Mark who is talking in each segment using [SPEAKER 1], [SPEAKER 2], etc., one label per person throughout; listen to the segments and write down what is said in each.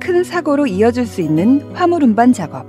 [SPEAKER 1] 큰 사고로 이어질 수 있는 화물 운반 작업.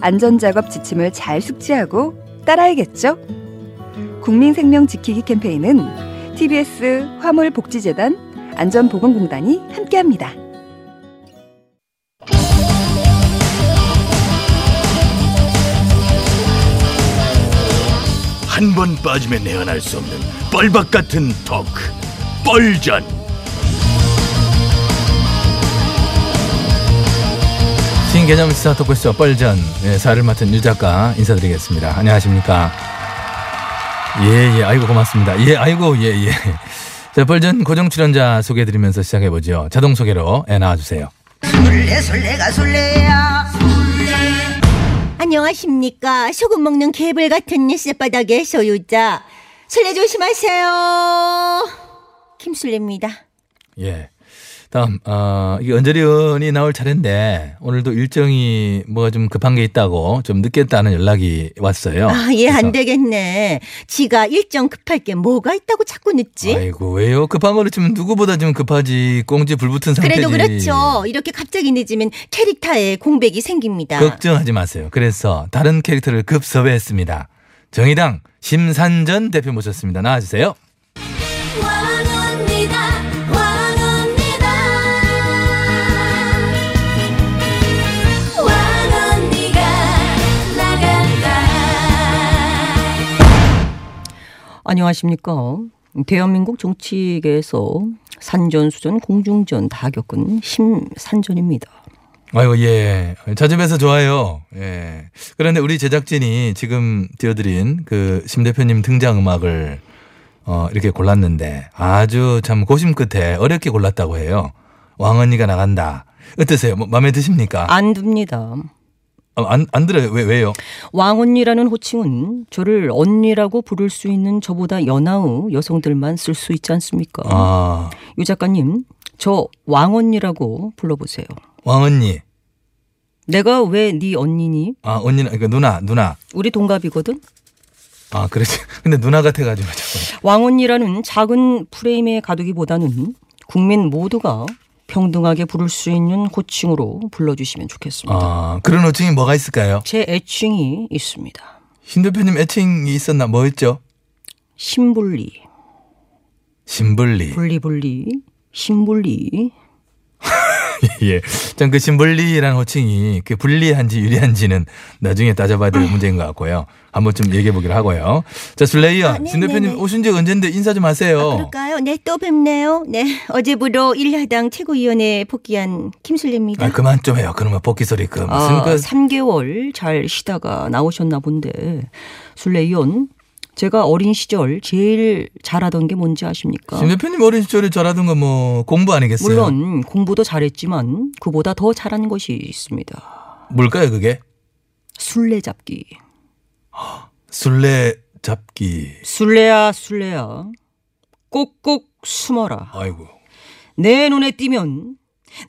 [SPEAKER 1] 안전 작업 지침을 잘 숙지하고 따라야겠죠. 국민 생명 지키기 캠페인은 TBS 화물 복지재단 안전보건공단이 함께합니다.
[SPEAKER 2] 한 번 빠지면 내안할 수 없는 뻘박 같은 토크 뻘전
[SPEAKER 3] 신개념 시사 토크쇼 뻘전 예, 사를 맡은 유 작가 인사드리겠습니다. 안녕하십니까? 예예 아이고 고맙습니다. 예 아이고 예예. 자 뻘전 고정 출연자 소개해드리면서 시작해 보죠. 자동 소개로 예, 나와주세요.
[SPEAKER 4] 술래 술래가 술래야 안녕하십니까 소금 먹는 개불 같은 뉴스바닥의 소유자 술래 조심하세요 김술래입니다
[SPEAKER 3] 예. 다음 어, 이게 언저리 의원이 나올 차례인데 오늘도 일정이 뭐가 좀 급한 게 있다고 좀 늦겠다는 연락이 왔어요.
[SPEAKER 4] 아 예
[SPEAKER 3] 그래서
[SPEAKER 4] 안 되겠네 지가 일정 급할 게 뭐가 있다고 자꾸 늦지
[SPEAKER 3] 아이고 왜요? 급한 거로 치면 누구보다 좀 급하지 꽁지 불붙은 상태지.
[SPEAKER 4] 그래도 그렇죠 이렇게 갑자기 늦으면 캐릭터에 공백이 생깁니다
[SPEAKER 3] 걱정하지 마세요. 그래서 다른 캐릭터를 급 섭외했습니다. 정의당 심산전 대표 모셨습니다. 나와주세요.
[SPEAKER 5] 왕언니다 왕언니다 왕언니가 나간다
[SPEAKER 6] 안녕하십니까. 대한민국 정치계에서 산전수전, 공중전 다 겪은 심산전입니다.
[SPEAKER 3] 아이고 예 자주뵈서 좋아요. 예 그런데 우리 제작진이 지금 띄워드린 그 심 대표님 등장 음악을 어 이렇게 골랐는데 아주 참 고심 끝에 어렵게 골랐다고 해요. 왕언니가 나간다. 어떠세요? 뭐 마음에 드십니까?
[SPEAKER 4] 아.
[SPEAKER 6] 안 듭니다.
[SPEAKER 3] 어, 안, 안 들어요. 왜, 왜요?
[SPEAKER 6] 왕언니라는 호칭은 저를 언니라고 부를 수 있는 저보다 연하우 여성들만 쓸 수 있지 않습니까?
[SPEAKER 3] 아,
[SPEAKER 6] 유 작가님, 저 왕언니라고 불러보세요.
[SPEAKER 3] 왕언니.
[SPEAKER 6] 내가 왜 네 언니니?
[SPEAKER 3] 아, 언니는, 그러니까 누나, 누나.
[SPEAKER 6] 우리 동갑이거든?
[SPEAKER 3] 아, 그렇지. 근데 누나 같아가지고 자꾸.
[SPEAKER 6] 왕언니라는 작은 프레임에 가두기보다는 국민 모두가 평등하게 부를 수 있는 호칭으로 불러주시면 좋겠습니다.
[SPEAKER 3] 아, 그런 호칭이 뭐가 있을까요?
[SPEAKER 6] 제 애칭이 있습니다.
[SPEAKER 3] 신 대표님 애칭이 있었나? 뭐였죠?
[SPEAKER 6] 심불리,
[SPEAKER 3] 심블리.
[SPEAKER 6] 불리불리, 심불리.
[SPEAKER 3] 예. 참 그 심블리라는 호칭이 그 불리한지 유리한지는 나중에 따져봐야 될 문제인 것 같고요. 한번 좀 얘기해 보기로 하고요. 자, 술레이어.
[SPEAKER 4] 아, 네,
[SPEAKER 3] 신
[SPEAKER 4] 네,
[SPEAKER 3] 대표님
[SPEAKER 4] 네.
[SPEAKER 3] 오신 지 언젠데 인사 좀 하세요.
[SPEAKER 6] 아,
[SPEAKER 4] 그럴까요 네 또 뵙네요 네 어제부로 일야당 최고위원회 복귀한 김술래입니다
[SPEAKER 3] 아, 그만 좀 해요. 그러면 복귀 소리 그 무슨
[SPEAKER 6] 아,
[SPEAKER 3] 그
[SPEAKER 6] 3개월 잘 쉬다가 나오셨나 본데 술래이온 제가 어린 시절 제일 잘하던 게 뭔지 아십니까?
[SPEAKER 3] 신 대표님 어린 시절에 저라던 거 뭐 공부 아니겠어요?
[SPEAKER 6] 물론 공부도 잘했지만 그보다 더 잘한 것이 있습니다.
[SPEAKER 3] 뭘까요, 그게?
[SPEAKER 6] 술래잡기.
[SPEAKER 3] 술래 잡기.
[SPEAKER 6] 술래야 술래야 꼭꼭 숨어라.
[SPEAKER 3] 아이고.
[SPEAKER 6] 내 눈에 띄면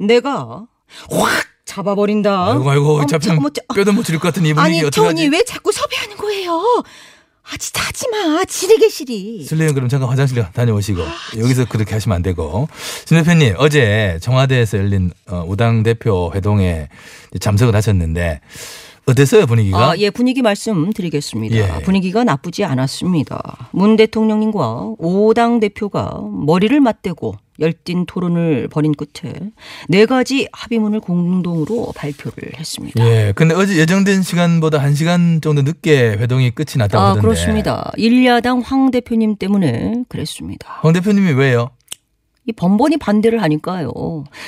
[SPEAKER 6] 내가 확
[SPEAKER 1] 잡아버린다.
[SPEAKER 3] 아이고 아이고
[SPEAKER 6] 어머,
[SPEAKER 3] 잡히면
[SPEAKER 6] 어머, 저-
[SPEAKER 3] 뼈도 못 질릴 것 같은 이 분위기
[SPEAKER 6] 아니
[SPEAKER 3] 어떡하지?
[SPEAKER 6] 저언니 왜 자꾸 섭외하는 거예요? 아 진짜 하지마 지레게 시리
[SPEAKER 3] 실례는 그럼 잠깐 화장실 다녀오시고 여기서 그렇게 하시면 안 되고 신 대표님 어제 청와대에서 열린 어, 우당 대표 회동에 이제 참석을 하셨는데 어땠어요 분위기가?
[SPEAKER 1] 아, 예, 분위기 말씀드리겠습니다.
[SPEAKER 3] 예.
[SPEAKER 1] 분위기가 나쁘지 않았습니다. 문 대통령님과 오당 대표가 머리를 맞대고 열띤 토론을 벌인 끝에 네 가지 합의문을 공동으로 발표를 했습니다.
[SPEAKER 3] 예, 근데 어제 예정된 시간보다 한 시간 정도 늦게 회동이 끝이 났다고
[SPEAKER 1] 아,
[SPEAKER 3] 하던데.
[SPEAKER 1] 그렇습니다. 일야당 황 대표님 때문에 그랬습니다.
[SPEAKER 3] 황 대표님이 왜요?
[SPEAKER 1] 이 번번이 반대를 하니까요.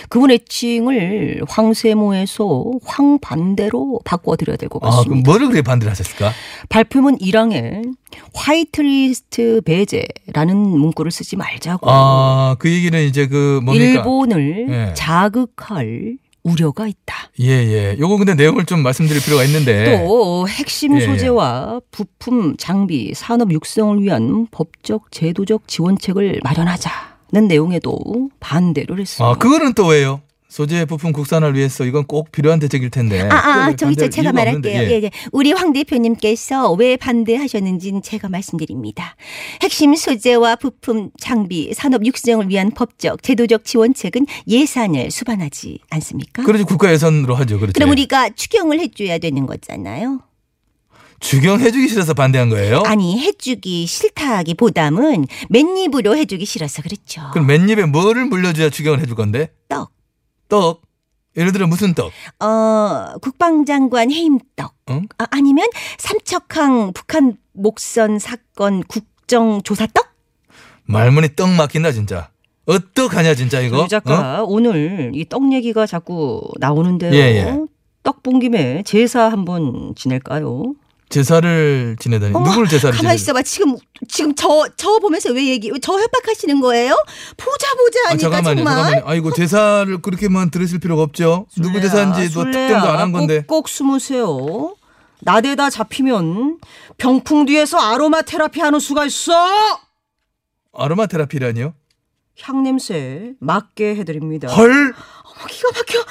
[SPEAKER 1] 그분 애칭을 황세모에서 황반대로 바꿔드려야 될 것
[SPEAKER 3] 아,
[SPEAKER 1] 같습니다.
[SPEAKER 3] 그럼 뭐- 뭐를 그렇게 반대를 하셨을까?
[SPEAKER 1] 발표문 1항에 화이트리스트 배제라는 문구를 쓰지 말자고
[SPEAKER 3] 아, 그 얘기는 이제 그 뭡니까?
[SPEAKER 1] 어. 일본을
[SPEAKER 3] 예.
[SPEAKER 1] 자극할 우려가 있다.
[SPEAKER 3] 예, 예. 요거 근데 내용을 좀 말씀드릴 필요가 있는데.
[SPEAKER 1] 또 핵심
[SPEAKER 3] 예, 예.
[SPEAKER 1] 소재와 부품, 장비, 산업 육성을 위한 법적, 제도적 지원책을 마련하자는 내용에도 반대를 했습니다.
[SPEAKER 3] 아, 그거는 또 왜요? 소재 부품 국산화를 위해서 이건 꼭 필요한 대책일 텐데.
[SPEAKER 6] 아, 아
[SPEAKER 3] 네, 그거를
[SPEAKER 6] 저기 저
[SPEAKER 3] 반대할
[SPEAKER 6] 제가
[SPEAKER 3] 이유가
[SPEAKER 6] 말할게요
[SPEAKER 3] 없는데,
[SPEAKER 6] 예. 예, 우리 황 대표님께서 왜 반대하셨는지는 제가 말씀드립니다 핵심 소재와 부품, 장비, 산업 육성을 위한 법적, 제도적 지원책은 예산을 수반하지 않습니까?
[SPEAKER 3] 그러지 국가 그렇죠. 예산으로 하죠. 그렇죠.
[SPEAKER 6] 그럼 우리가 추경을 해줘야 되는 거잖아요
[SPEAKER 3] 주경해주기 싫어서 반대한 거예요?
[SPEAKER 6] 아니 해주기 싫다기보담은 맨입으로 해주기 싫어서 그렇죠
[SPEAKER 3] 그럼 맨입에 뭐를 물려줘야 주경을 해줄 건데?
[SPEAKER 6] 떡.
[SPEAKER 3] 떡. 예를 들어 무슨 떡?
[SPEAKER 6] 어, 국방장관 해임떡.
[SPEAKER 3] 응?
[SPEAKER 6] 아, 아니면 삼척항 북한 목선 사건 국정조사떡?
[SPEAKER 3] 말문이 떡 막힌다 진짜. 어떡하냐 진짜 이거?
[SPEAKER 1] 유그 작가 오늘 이 떡 얘기가 자꾸 나오는데요.
[SPEAKER 3] 예, 예.
[SPEAKER 1] 떡 본 김에 제사 한번 지낼까요?
[SPEAKER 3] 제사를 지내다니
[SPEAKER 6] 어머,
[SPEAKER 3] 누굴 제사를
[SPEAKER 6] 가만
[SPEAKER 3] 지내?
[SPEAKER 6] 있어봐. 지금 지금 저 저 보면서 왜 얘기? 저 협박하시는 거예요? 보자 보자
[SPEAKER 3] 아,
[SPEAKER 6] 하니까
[SPEAKER 3] 잠깐만요,
[SPEAKER 6] 정말.
[SPEAKER 3] 잠깐만요. 아이고 제사를 그렇게만 들으실 필요가 없죠. 누구 제사인지 뭐
[SPEAKER 1] 술래야, 아,
[SPEAKER 3] 특정도 안 한 건데.
[SPEAKER 1] 꼭꼭 숨으세요. 나대다 잡히면 병풍 뒤에서 아로마 테라피 하는 수가 있어.
[SPEAKER 3] 아로마 테라피라니요?
[SPEAKER 1] 향 냄새 맡게 해드립니다.
[SPEAKER 3] 헐.
[SPEAKER 6] 어머, 기가 막혀.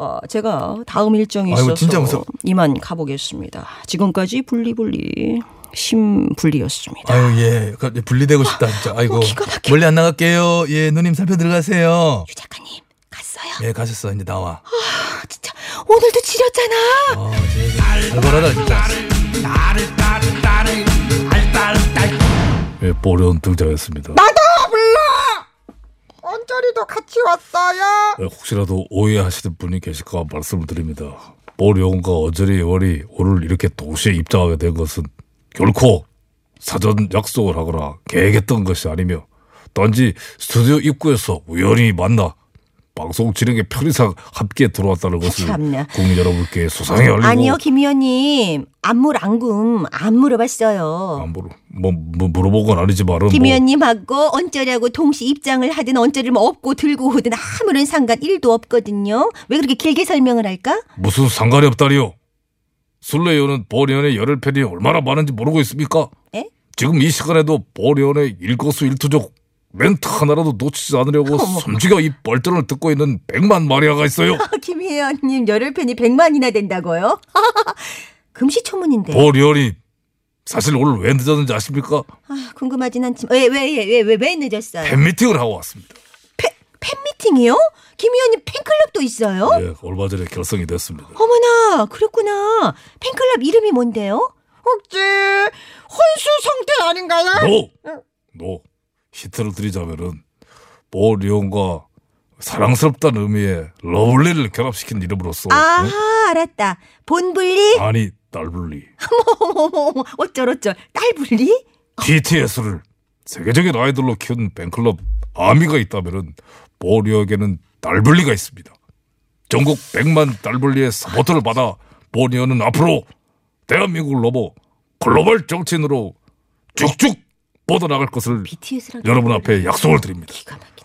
[SPEAKER 1] 어, 제가 다음 일정이
[SPEAKER 3] 아이고,
[SPEAKER 1] 있어서
[SPEAKER 3] 진짜 무서워.
[SPEAKER 1] 이만 가보겠습니다. 지금까지 분리분리 심분리였습니다.
[SPEAKER 3] 아유 예,
[SPEAKER 7] 그,
[SPEAKER 3] 가- 분리되고 싶다 진짜. 아이고
[SPEAKER 6] 어, 기가 막혀.
[SPEAKER 3] 멀리 안 나갈게요. 예, 누님 살펴 들어가세요.
[SPEAKER 6] 유 작가님 갔어요.
[SPEAKER 3] 예, 가셨어 이제 나와.
[SPEAKER 6] 아, 진짜 오늘도 지렸잖아.
[SPEAKER 3] 아,
[SPEAKER 7] 예,
[SPEAKER 3] 진짜 살벌하다 진짜. 예, 보려운 등장했습니다.
[SPEAKER 8] 언저리도 같이 왔어요.
[SPEAKER 7] 네, 혹시라도 오해하시는 분이 계실까 말씀을 드립니다. 보령과 어저리 예원이 오늘 이렇게 동시에 입장하게 된 것은 결코 사전 약속을 하거나 계획했던 것이 아니며 단지 스튜디오 입구에서 우연히 만나 방송 진행의 편의상 함께 들어왔다는
[SPEAKER 3] 음.
[SPEAKER 7] 것을
[SPEAKER 6] 참나.
[SPEAKER 7] 국민 여러분께 소상히 알리고
[SPEAKER 6] 아니요, 김 의원님. 안물 안금 안
[SPEAKER 3] 아,
[SPEAKER 6] 물어봤어요.
[SPEAKER 7] 안 물어, 뭐, 뭐 물어본 건 아니지만은
[SPEAKER 6] 김
[SPEAKER 7] 뭐
[SPEAKER 6] 의원님하고 언저리하고 동시 입장을 하든 언저리를 뭐 업고 들고 오든 아무런 상관 일도 없거든요. 왜 그렇게 길게 설명을 할까?
[SPEAKER 7] 무슨 상관이 없다니요. 술래요는 보리언의 열혈 팬이 얼마나 많은지 모르고 있습니까?
[SPEAKER 6] 에?
[SPEAKER 7] 지금 이 시간에도 보리언의 일거수 일투족 멘트 하나라도 놓치지 않으려고 숨죽여 이 벌떼를 듣고 있는 백만 마리아가 있어요.
[SPEAKER 6] 김 의원님 열혈 팬이 100만이나 된다고요? 금시초문인데.
[SPEAKER 3] 뭐?
[SPEAKER 7] 보리언이 사실 오늘 왜 늦었는지 아십니까?
[SPEAKER 6] 아, 궁금하진 않지만 왜 왜 왜 왜 왜 늦었어요?
[SPEAKER 7] 팬미팅을 하고 왔습니다.
[SPEAKER 6] 팬, 팬미팅이요? 김 의원님 팬클럽도 있어요?
[SPEAKER 3] 네.
[SPEAKER 7] 예, 얼마 전에 결성이 됐습니다.
[SPEAKER 6] 어머나, 그렇구나. 팬클럽 이름이 뭔데요?
[SPEAKER 8] 혹시 혼수 성대 아닌가요?
[SPEAKER 3] 뭐?
[SPEAKER 7] 노! 노! 힌트를 드리자면은 보리언과 사랑스럽다는 의미의 러블리를 결합시킨 이름으로써 예?
[SPEAKER 6] 아하, 알았다. 본분리?
[SPEAKER 7] 아니 딸블리
[SPEAKER 6] 어머머머, 어쩔 어쩔. 딸분리?
[SPEAKER 7] BTS를 세계적인 아이돌로 키운 팬클럽 아미가 있다면은 보리에게는 딸블리가 있습니다. 전국 100만 딸블리의 서포트를 받아 보리어는 앞으로 대한민국을 넘어 글로벌 정치인으로 쭉쭉 뻗어나갈 것을
[SPEAKER 6] BTS랑
[SPEAKER 7] 여러분 앞에 약속을 드립니다.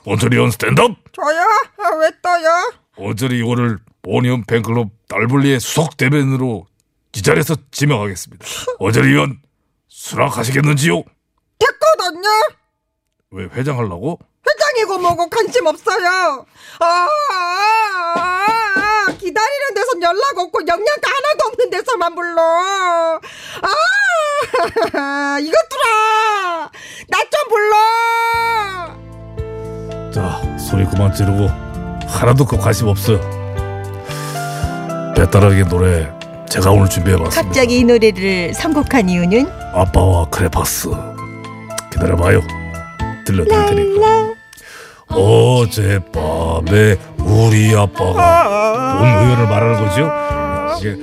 [SPEAKER 7] 원철이언 스탠드업
[SPEAKER 8] 저요? 아, 왜 떠요?
[SPEAKER 7] 어저리 이거를 보니언 팬클럽 딸블리의 수석 대변으로 이 자리에서 지명하겠습니다. 어저리 의원 수락하시겠는지요?
[SPEAKER 8] 됐거든요.
[SPEAKER 7] 왜 회장하려고?
[SPEAKER 8] 회장이고 뭐고 관심 없어요. 아, 아, 아, 아,
[SPEAKER 1] 기다리는 데서 연락 없고 영양가 하나도 없는 데서만 불러. 아, 이것들아, 나 좀 불러.
[SPEAKER 2] 자 소리 그만 지르고 하나도 그 관심 없어요 배따라기 노래 제가 오늘 준비해봤습니다
[SPEAKER 6] 갑자기 이 노래를 선곡한 이유는
[SPEAKER 2] 아빠와 크레파스 기다려봐요 들려드릴 테니까 어젯밤에 우리 아빠가 본 의원을 말하는 거죠 이제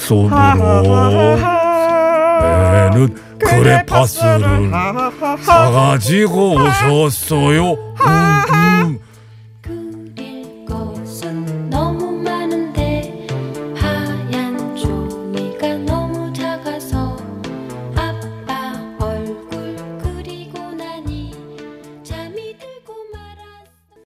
[SPEAKER 2] 손으로 내는 크레파스를 사가지고 오셨어요 음, 음.